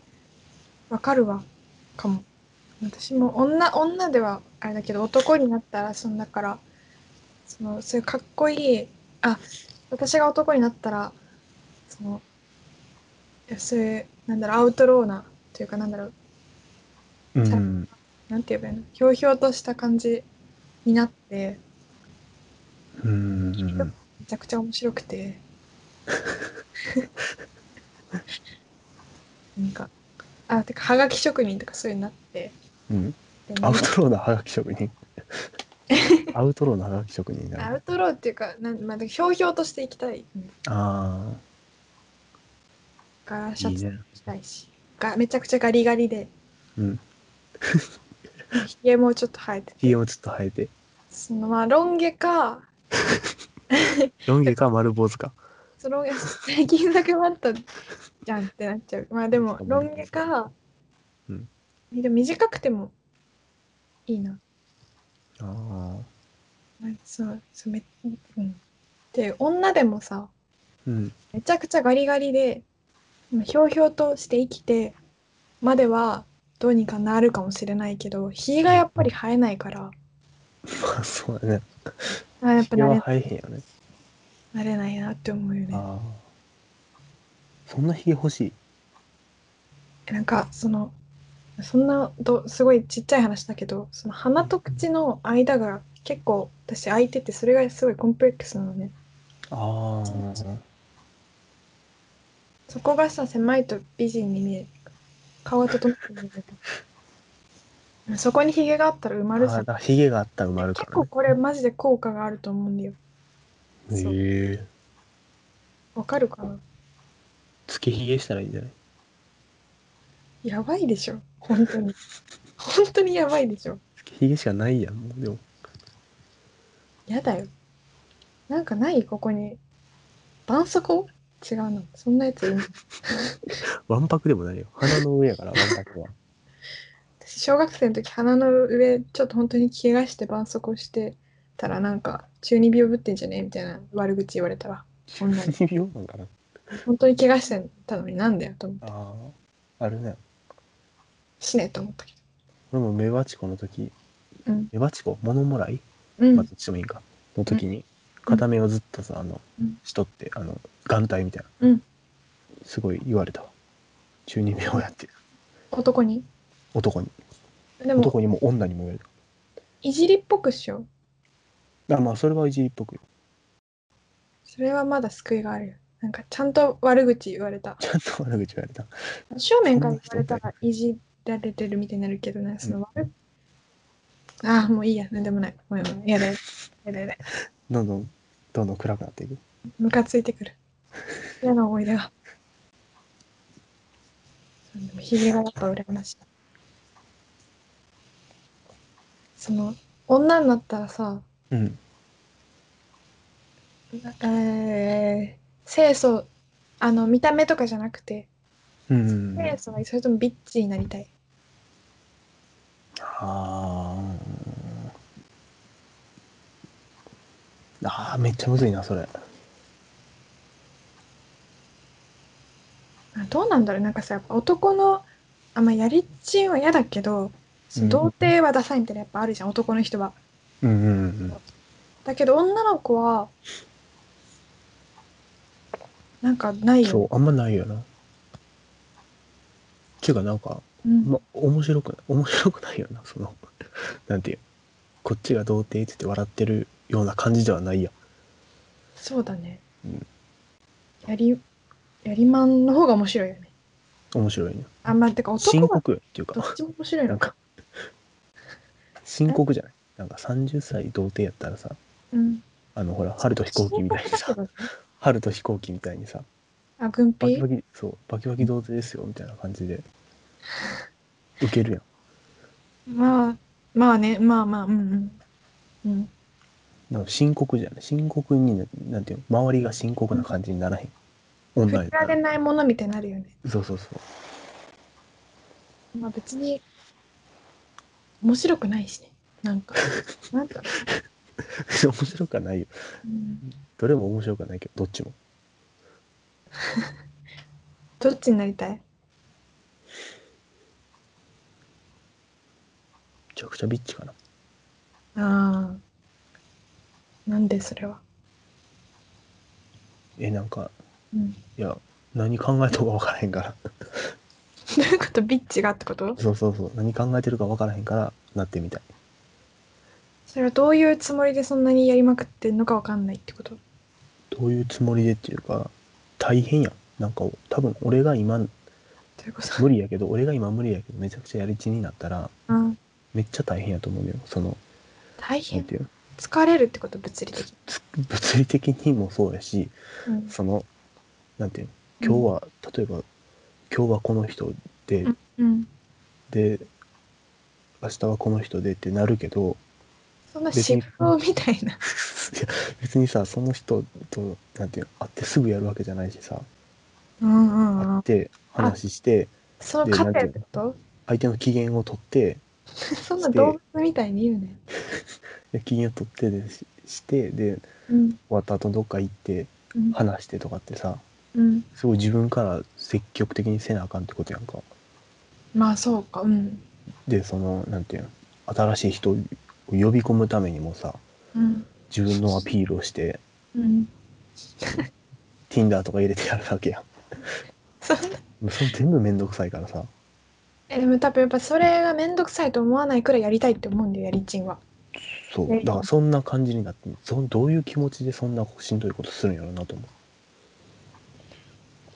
わかるわかも。私も女女ではあれだけど男になったらそんだからそのそういうかっこいいあ私が男になったらそのいやそういうなんだろうアウトローなというかなんだろう
うん
なんて言えばいいのひょうひょうとした感じになって
うんうん
めちゃくちゃ面白く てなんかあてかはがき職人とかそういうになって
うん
で
アウトローなハガキ職 人アウトローなハガキ職人にな
ア
る
ウトローっていうかなん、まあ、ひょうひょうとしていきたい
あ
ガラシ
あい
ャ
い
ツ
ね
着たいしがめちゃくちゃガリガリで
うん
ひげもちょっと生えて
ひげ
て
もちょっと生えて
そのまあロン毛か
ロン毛か丸坊主か
そのロン毛最近なくなったじゃんってなっちゃうまあでもロン毛かでも短くてもいいな。
ああ
なんかそうそうめうん、で女でもさ
うん
めちゃくちゃガリガリでまあひょうひょうとして生きてまではどうにかなるかもしれないけどひがやっぱり生えないから
まあそうだね
あやっぱ
ひ
な
げ
れ
は生えへんよね
なれないなって思うよね。
ああそんなひげ欲しい
なんかそのそんなどすごいちっちゃい話だけどその鼻と口の間が結構私空いててそれがすごいコンプレックスなのね
あ
そこがさ狭いと美人に見える顔は整って見えるけど そこにヒゲがあったら埋まるじゃん
あひげがあったら埋まるか
結
ら、ね
構、これマジで効果があると思うんだよ
へ
そう
え
わかるかな
つけひげしたらいいんじゃない
やばいでしょ本当に本当にやばいでしょ
つけひげしかないやんもうでも
やだよなんかないここに絆創膏違うのそんなやついない
わんぱくでもないよ鼻の上やからわんぱ くは
私小学生の時鼻の上ちょっと本当に怪我して絆創膏してたらなんか中二病ぶってんじゃねえみたいな悪口言われたわ女 に
微妙なんかな
本当に怪我してたのになんだよと思って
あああるね
死ねと思ったけ
俺もメバチコの時
どうん
メバチコモノモライ
うん、
まあ、どっちでもいいか、の時に、片目をずっとさ、あの
うん、
しとって、あの、眼帯みたいな、
うん
すごい言われたわ。中二病をやってる。
男に
男に。
でも
男にも女にも言われ
いじりっぽくっしょ
た。あまあ、それはいじりっぽくよ。
それはまだ救いがあるよなんかちゃんと悪口言われた
ちゃんと悪口言われた。
正面から言われたらいじられてるみたいになるけどねその悪、ああもういいやなんでもないごめんごめんやだやだやだやだ
どんどん、どんどん暗くなっていく。
ムカついてくる嫌な思い出がそうでもヒゲがやっぱ羨ましいその女になったらさ
うん。
えー、清楚あの見た目とかじゃなくて
うん。
清楚がいいそれともビッチになりたい
あーあー、めっちゃむずいな、それ。
あどうなんだろうなんかさやっぱ男のあまあやりちんは嫌だけどその
うん
童貞はダサいみたいなやっぱあるじゃん男の人は
うんうん
だけど女の子はなんかな
う
い
ん。
よ
そう、あんまないよな。っていうか、なんか、
うん
ま、面白くない面白くないよなその なんていうこっちが童貞って言って笑ってるような感じではないやん
そうだね、
うん
やりやりまんの方が面白いよね
面白いね
あんまあてか
深
男は
刻よっていう
ど
か
っちも面白い
なん
の
か深刻じゃないなんか30歳童貞やったらさ
うん
あのほら春と飛行機みたいに
深刻
さ
だけどね
春と飛行機みたいにさ
あ軍
バキバ
備
キそうバキバキ童貞ですよみたいな感じでウケるやん
まあまあねまあまあうんうんうん
なんか深刻じゃない深刻にななんていうの周りが深刻な感じにならへん女
振
やっ
り
た
られ
ら
ないものみたいになるよね
そうそうそう
まあ別に面白くないしねなん かなんか、
面白くはないよ
うん、
どれも面白くはないけどどっちも
どっちになりたい
めちゃくちゃビッチかな
ああなんでそれは
えなんか
うん
いや何考えたか分からへんから
どういうことビッチがってこと
そうそうそう何考えてるか分からへんからなってみたい
それはどういうつもりでそんなにやりまくってんのかわかんないってこと
どういうつもりでっていうか大変やんなんか多分俺が今
ということ
無理やけど俺が今無理やけどめちゃくちゃやりちになったら
うん
めっちゃ大変やと思うよその
大
なん
変
ていうの
疲れるってこと物理的に、
つ物理的にもそうやし
うん
そのなんていうの今日は、例えば今日はこの人で、
うん、
で明日はこの人でってなるけど、
そんな
別
私
に
服みた いな
いや別にさその人となんていうの会ってすぐやるわけじゃないしさ
うんう
会
ん、う
っ
ん、
て話して
その
で
過
なんてい
程っ
う
てこと
相手の機嫌を取って
そんな動物みたいに言うね。
で機嫌を取ってでししてで
う
終
ん。
わった後どっか行って
うん。
話してとかってさ
うん。
すごい自分から積極的にせなあかんってことやんか
まあそうか。うん。
でそのなんていうの新しい人を呼び込むためにもさ
うん。
自分のアピールをして
うん。
Tinder とか入れてやるだけやん
そんな
もうそれ全部めんどくさいからさ
えでも多分やっぱそれが面倒くさいと思わないくらいやりたいって思うんだよやりちんは。
そう
ね
だからそんな感じになってそどういう気持ちでそんなしんどいことするんやろうな と思う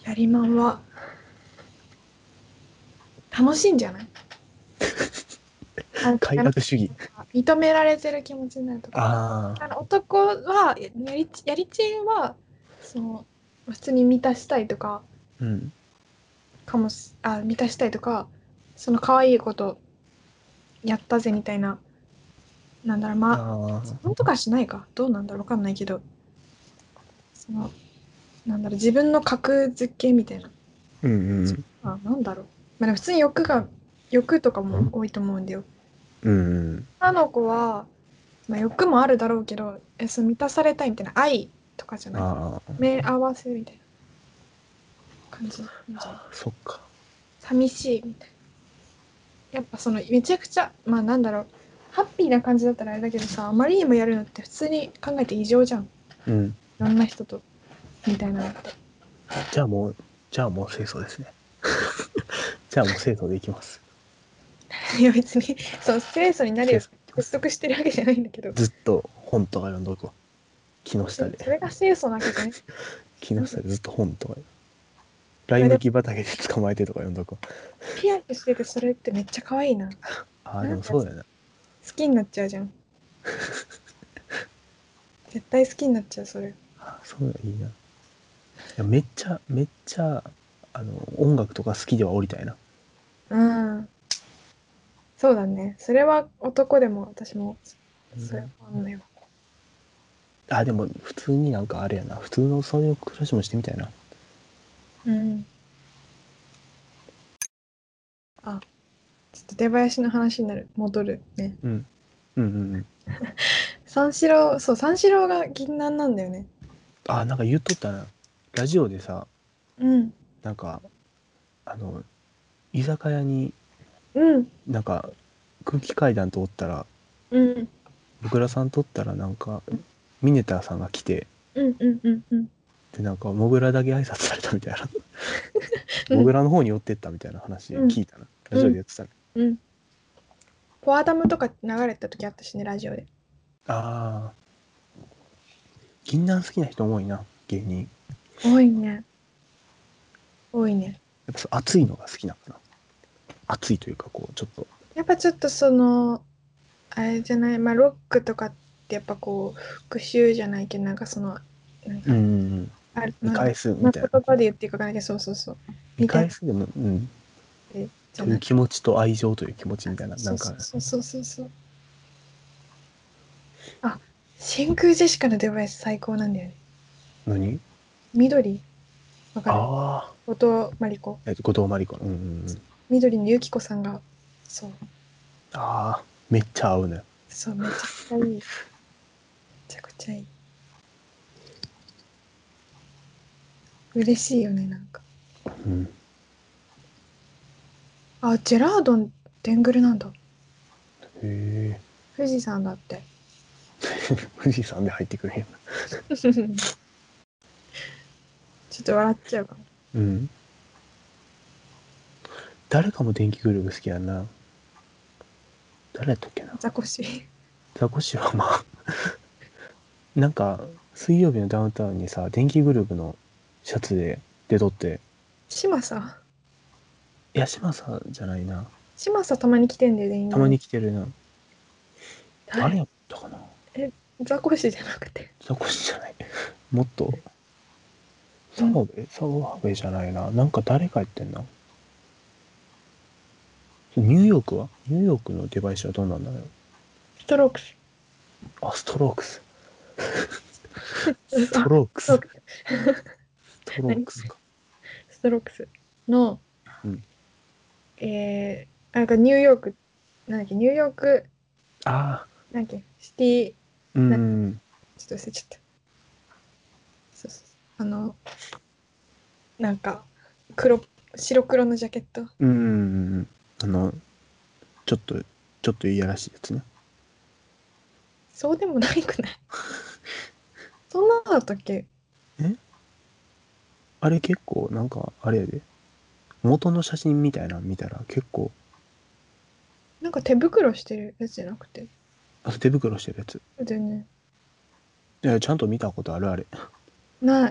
やりまんは楽しいんじゃないなんか
快楽主義
認められてる気持ちになるとか
ああ
あの男はやりやりちんはその普通に満たしたいとか
うん
かもしあ満たしたいとかその可愛いことやったぜみたいななんだろうまあ
ああ
本とかしないかどうなんだろうわかんないけどそのなんだろう自分の格付けみたいな
うんうん
あなんだろうまあでも普通に欲が欲とかも多いと思うんだよ
うんうん
女の子は、まあ、欲もあるだろうけどえそう満たされたいみたいな愛とかじゃない
ああ
目合わせみたいな感じなんじゃない
そっか
寂しいみたいなやっぱそのめちゃくちゃまあなんだろうハッピーな感じだったらあれだけどさあまりにもやるのって普通に考えて異常じゃん
うん
いろんな人とみたいなのって
じゃあもうじゃあもう清楚ですね じゃあもう清楚でいきます
いや別にそう清楚になる
清
よ
楚でいきま
説
す
得してるわけじゃないんだけど
ずっと本とか読んどこう木
そ
下で
れが清楚なわけじゃない
木下でずっと本とかライムキ畑で捕まえてとか読んどこう
ピアスしててそれってめっちゃ可愛いな好
ああでもそうだよな
きになっちゃうじゃん絶対好きになっちゃうそれ
あそうだいいないやめっちゃめっちゃあの音楽とか好きではおりたいな
うんそうだねそれは男でも私もそれはあんのよ
あでも普通になんかあれやな普通のそういう暮らしもしてみたいな
うんあちょっと出囃子の話になる戻るね
うんうんうんうん
三四郎そう三四郎が銀杏なんだよね
あなんか言っとったなラジオでさ
うん
なんかあの居酒屋に
うん
なんか空気階段とおったら
うん
僕らさんとったらなんかミネタさんが来て
うんうんうんうん
でなんかモグラだけ挨拶されたみたいなモグラの方に寄ってったみたいな話聞いたな、ラジオでやってたね、
うんフォアダムとか流れた時あったしねラジオで
ああ銀杏好きな人多いな芸人や
多いね多いね
っぱそう熱いのが好きなのかな熱いというかこうちょっと
やっぱちょっとそのあれじゃないまあロックとかってやっぱこう復讐じゃないけどなんかそのなんか
うんうんうん
ある
見
なんか
返す
まあ
みたい
言
な、
葉で言っていくかわかんないけどそうそうそう
見返すでもうん
じ
と
ゃ
い
な
う
い
気持ちと愛情という気持ちみたいななんか
そうそうそうそうそうあ真空ジェシカのデバイス最高なんだよね
何
緑わかる
あ
後藤真理子
あ後藤真理子のうんうんうん
緑のゆき子さんがそう
ああめっちゃ合うね
そうめちゃくちゃいいめちゃくちゃいい嬉しいよねなんか
うん
あジェラードンデングルなんだ
へえ
富士山だって
富士山で入ってくるんや
ちょっと笑っちゃうかも
うん誰かも電気グループ好きやんな誰やったっけな
ザコシ
ザコシはまあなんか水曜日のダウンタウンにさ電気グループのシャツで出とって
嶋佐
いや島さんじゃないな
嶋佐たまに来てんだよね
たまに来てるな
誰
あれやったかな
ザコシじゃなくて
ザコシじゃないもっと澤部澤部じゃないななんか誰かやってんなニューヨークはニューヨークのデバイスはどうなんだろう
ストロークス
あストロークス
ス
ストロークス
あ
ス
ス
トロークスか
ストロークスの、
うん
えあなんかニューヨークなんだっけニューヨーク
ああ
なんだっけシティ
うん
ちょっと忘れちゃったそうそうそうあのなんか黒白黒のジャケット
うんうんあのちょっとちょっといやらしいやつね
そうでもないくないそんなのだったっけ
あれ結構なんかあれやで元の写真みたいなの見たら結構
なんか手袋してるやつじゃなくて
あ手袋してるやつ
そうだよね
いやちゃんと見たことあるあれ
ない
あ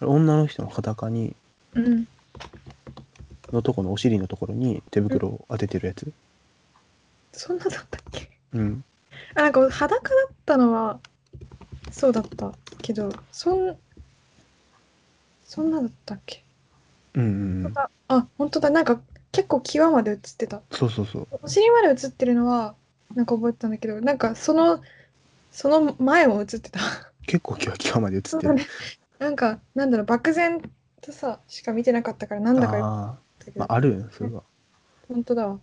れ女の人の裸に
うん
のとこのお尻のところに手袋を当ててるやつ
そんなだったっけ
うん
あなんか裸だったのはそうだったけどそんそんなだったっけ、
うんうん
本
うん
当だあ本当だなんか結構際まで映ってた
そうそうそう
お尻まで映ってるのはなんか覚えてたんだけどなんかそのその前も映ってた
結構キワキワまで映って
そうだ
る、
ね なんかなんだろう漠然とさしか見てなかったからなんだかよかっ
あ
たけ
ー、
ど、
まあ、あるよねそれは
本当だわ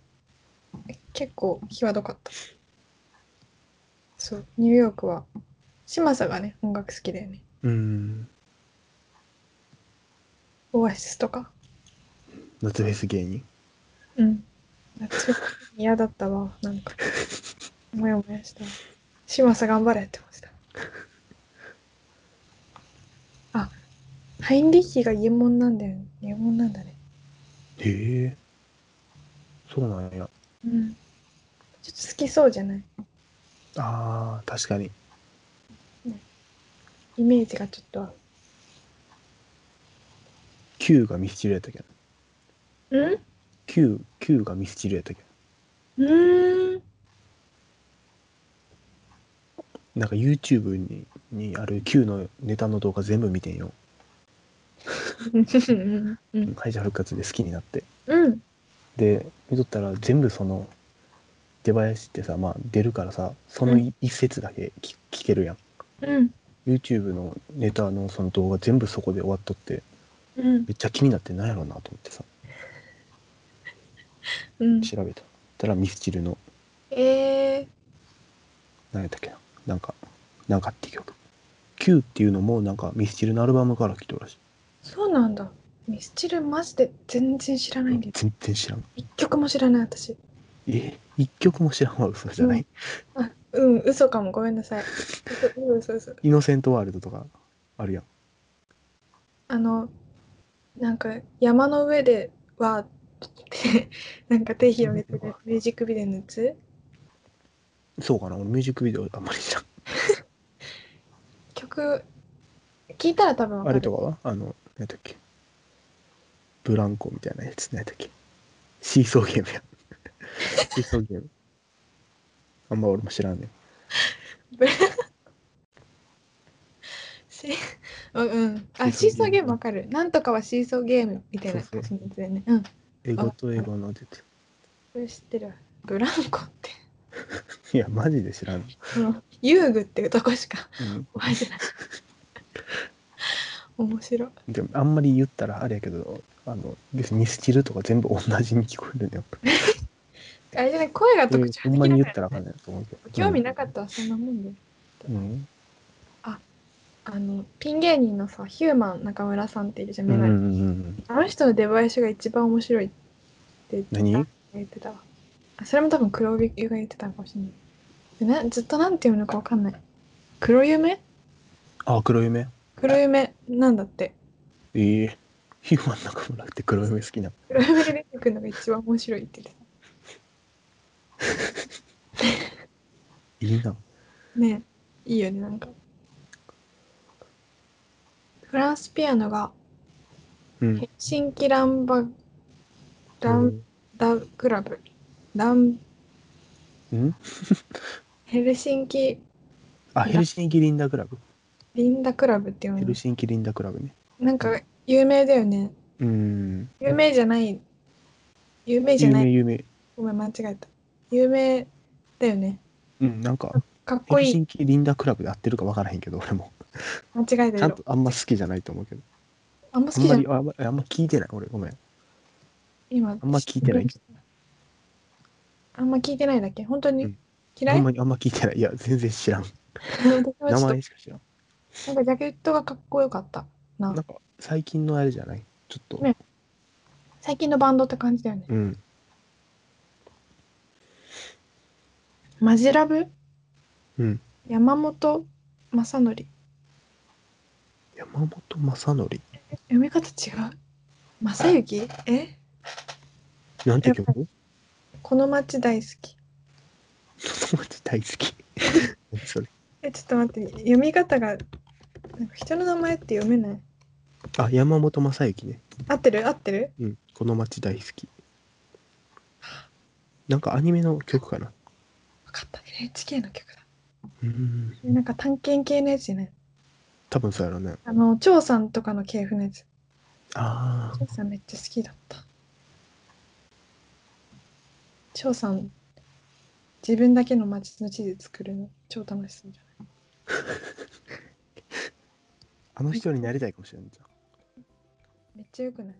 結構際どかったそうニューヨークは嶋佐がね音楽好きだよね
うん
オアシスとか
夏フェス芸人
うん夏嫌だったわなんかもやもやした嶋佐頑張れって思ってたあハインリッヒが家門なんだよね家門なんだね
へえそうなんや
うんちょっと好きそうじゃない
あー確かに
イメージがちょっとある
Q がミスチルやったけど
うん
Q, Q がミスチルやったけど
うーん
なんか YouTube ににある Q のネタの動画全部見てんよ、
うんうん
敗者復活で好きになって
うん
で見とったら全部その出囃子ってさまあ出るからさそのい一節だけ聞聞けるやん
うん、
YouTube のネタのその動画全部そこで終わっとって
うん
めっちゃ気になってなんやろうなと思ってさ
うん、
調べたたらミスチルの
えー、
何やったっけななんかなんかっていう曲 Q っていうのもなんかミスチルのアルバムから来てるらしい
そうなんだミスチルマジで全然知らないんだよ
全然知らん
一曲も知らない私
え一曲も知らんわ嘘じゃない、
うんあ うん嘘かもごめんなさい嘘嘘嘘
イノセントワールドとかあるやん
あのなんか山の上では ってなんか手広げてるミュージックビデオのやつ
そうかな俺ミュージックビデオあんまり知らん
曲聞いたら多分わ
あ
か
れ
る
とかはあの何やったっけブランコみたいなやつ何やったっけシーソーゲームや シーソーゲームあんま俺も知らんねん
し うんうんあシーソーゲームわかるなんとかはシーソーゲームみたいな
そう
感
そ
じだよねうんこ
英語と英語の出て
れ知ってるわブランコって
いやマジで知らん、
その遊具っていうとこしか
うん
覚えて ない面白い
でもあんまり言ったらあれやけどあの別にミスチルとか全部同じに聞こえるねん
あれじゃない声が
え
特徴的
ほんまに言っ
だ
た
から
あ
ら
かんねんと思うけど
興味なかったわそんなもんで
うん
あのピン芸人のさヒューマン中村さんっているじゃん、
うんうん
メガ
う
ネ
んうん
あの人の出囃子が一番面白いって言ってた
何
言ってたわあそれも多分黒帯が言ってたのかもしれないでなずっとなんて読むのかわかんない黒夢
あ黒夢
黒夢なんだって
ええヒューマン中村って黒夢好きなの
黒夢が出てくるのが一番面白いって言って
いいな
たねいいよねなんかフランスピアノが
うん
ヘルシンキランバランダクラブラン
うん
ヘルシンキ
あヘルシンキリンダクラブ
リンダクラブっていう
ヘ
の
ルシンキリンダクラブね
なんか有名だよね
うん
有名じゃない有名じゃ
有
な
名
い
有名
ごめん間違えた有名だよね
うんなんか
かっ
ヘ
こ
ル
い
シ
い
ンキリンダクラブで合ってるか分からへん けど俺も
間違え
ち
た
ゃ
よ
んとあんま好きじゃないと思うけど
あんま好き
あん
じ
ま
ゃない
りあんまあんま聞いてない俺ごめん
今あ
んま聞いてない
あんま聞いてないだっけ本当
う
に
ん
嫌
あ
い、
んまりあんま聞いてないいや全然知ら ん
私は
名
ちょっとなんか
前しか知らん
ジャケットがかっこよかったな
なんか最近のあれじゃないちょっと、
ね最近のバンドって感じだよね
うん
マジラブ
うん
山本正則
山本正則
読み方違う正幸え
なんて曲友
この街大好き
達大好き 何それ
えちょっと待って読み方がなんか人の名前って読めない
あ山本正幸ね
合ってる合ってる
うんこの街大好きなんかアニメの曲かな
分かった NHK の曲だ
うん
なんか探検系のやつじゃない
多分そうやろうね
あの張さんとかの系譜のやつ
ああ
張さんめっちゃ好きだった張さん自分だけの街の地図作るの超楽しそうじゃない
あの人になりたいかもしれないじゃん
めっちゃよくない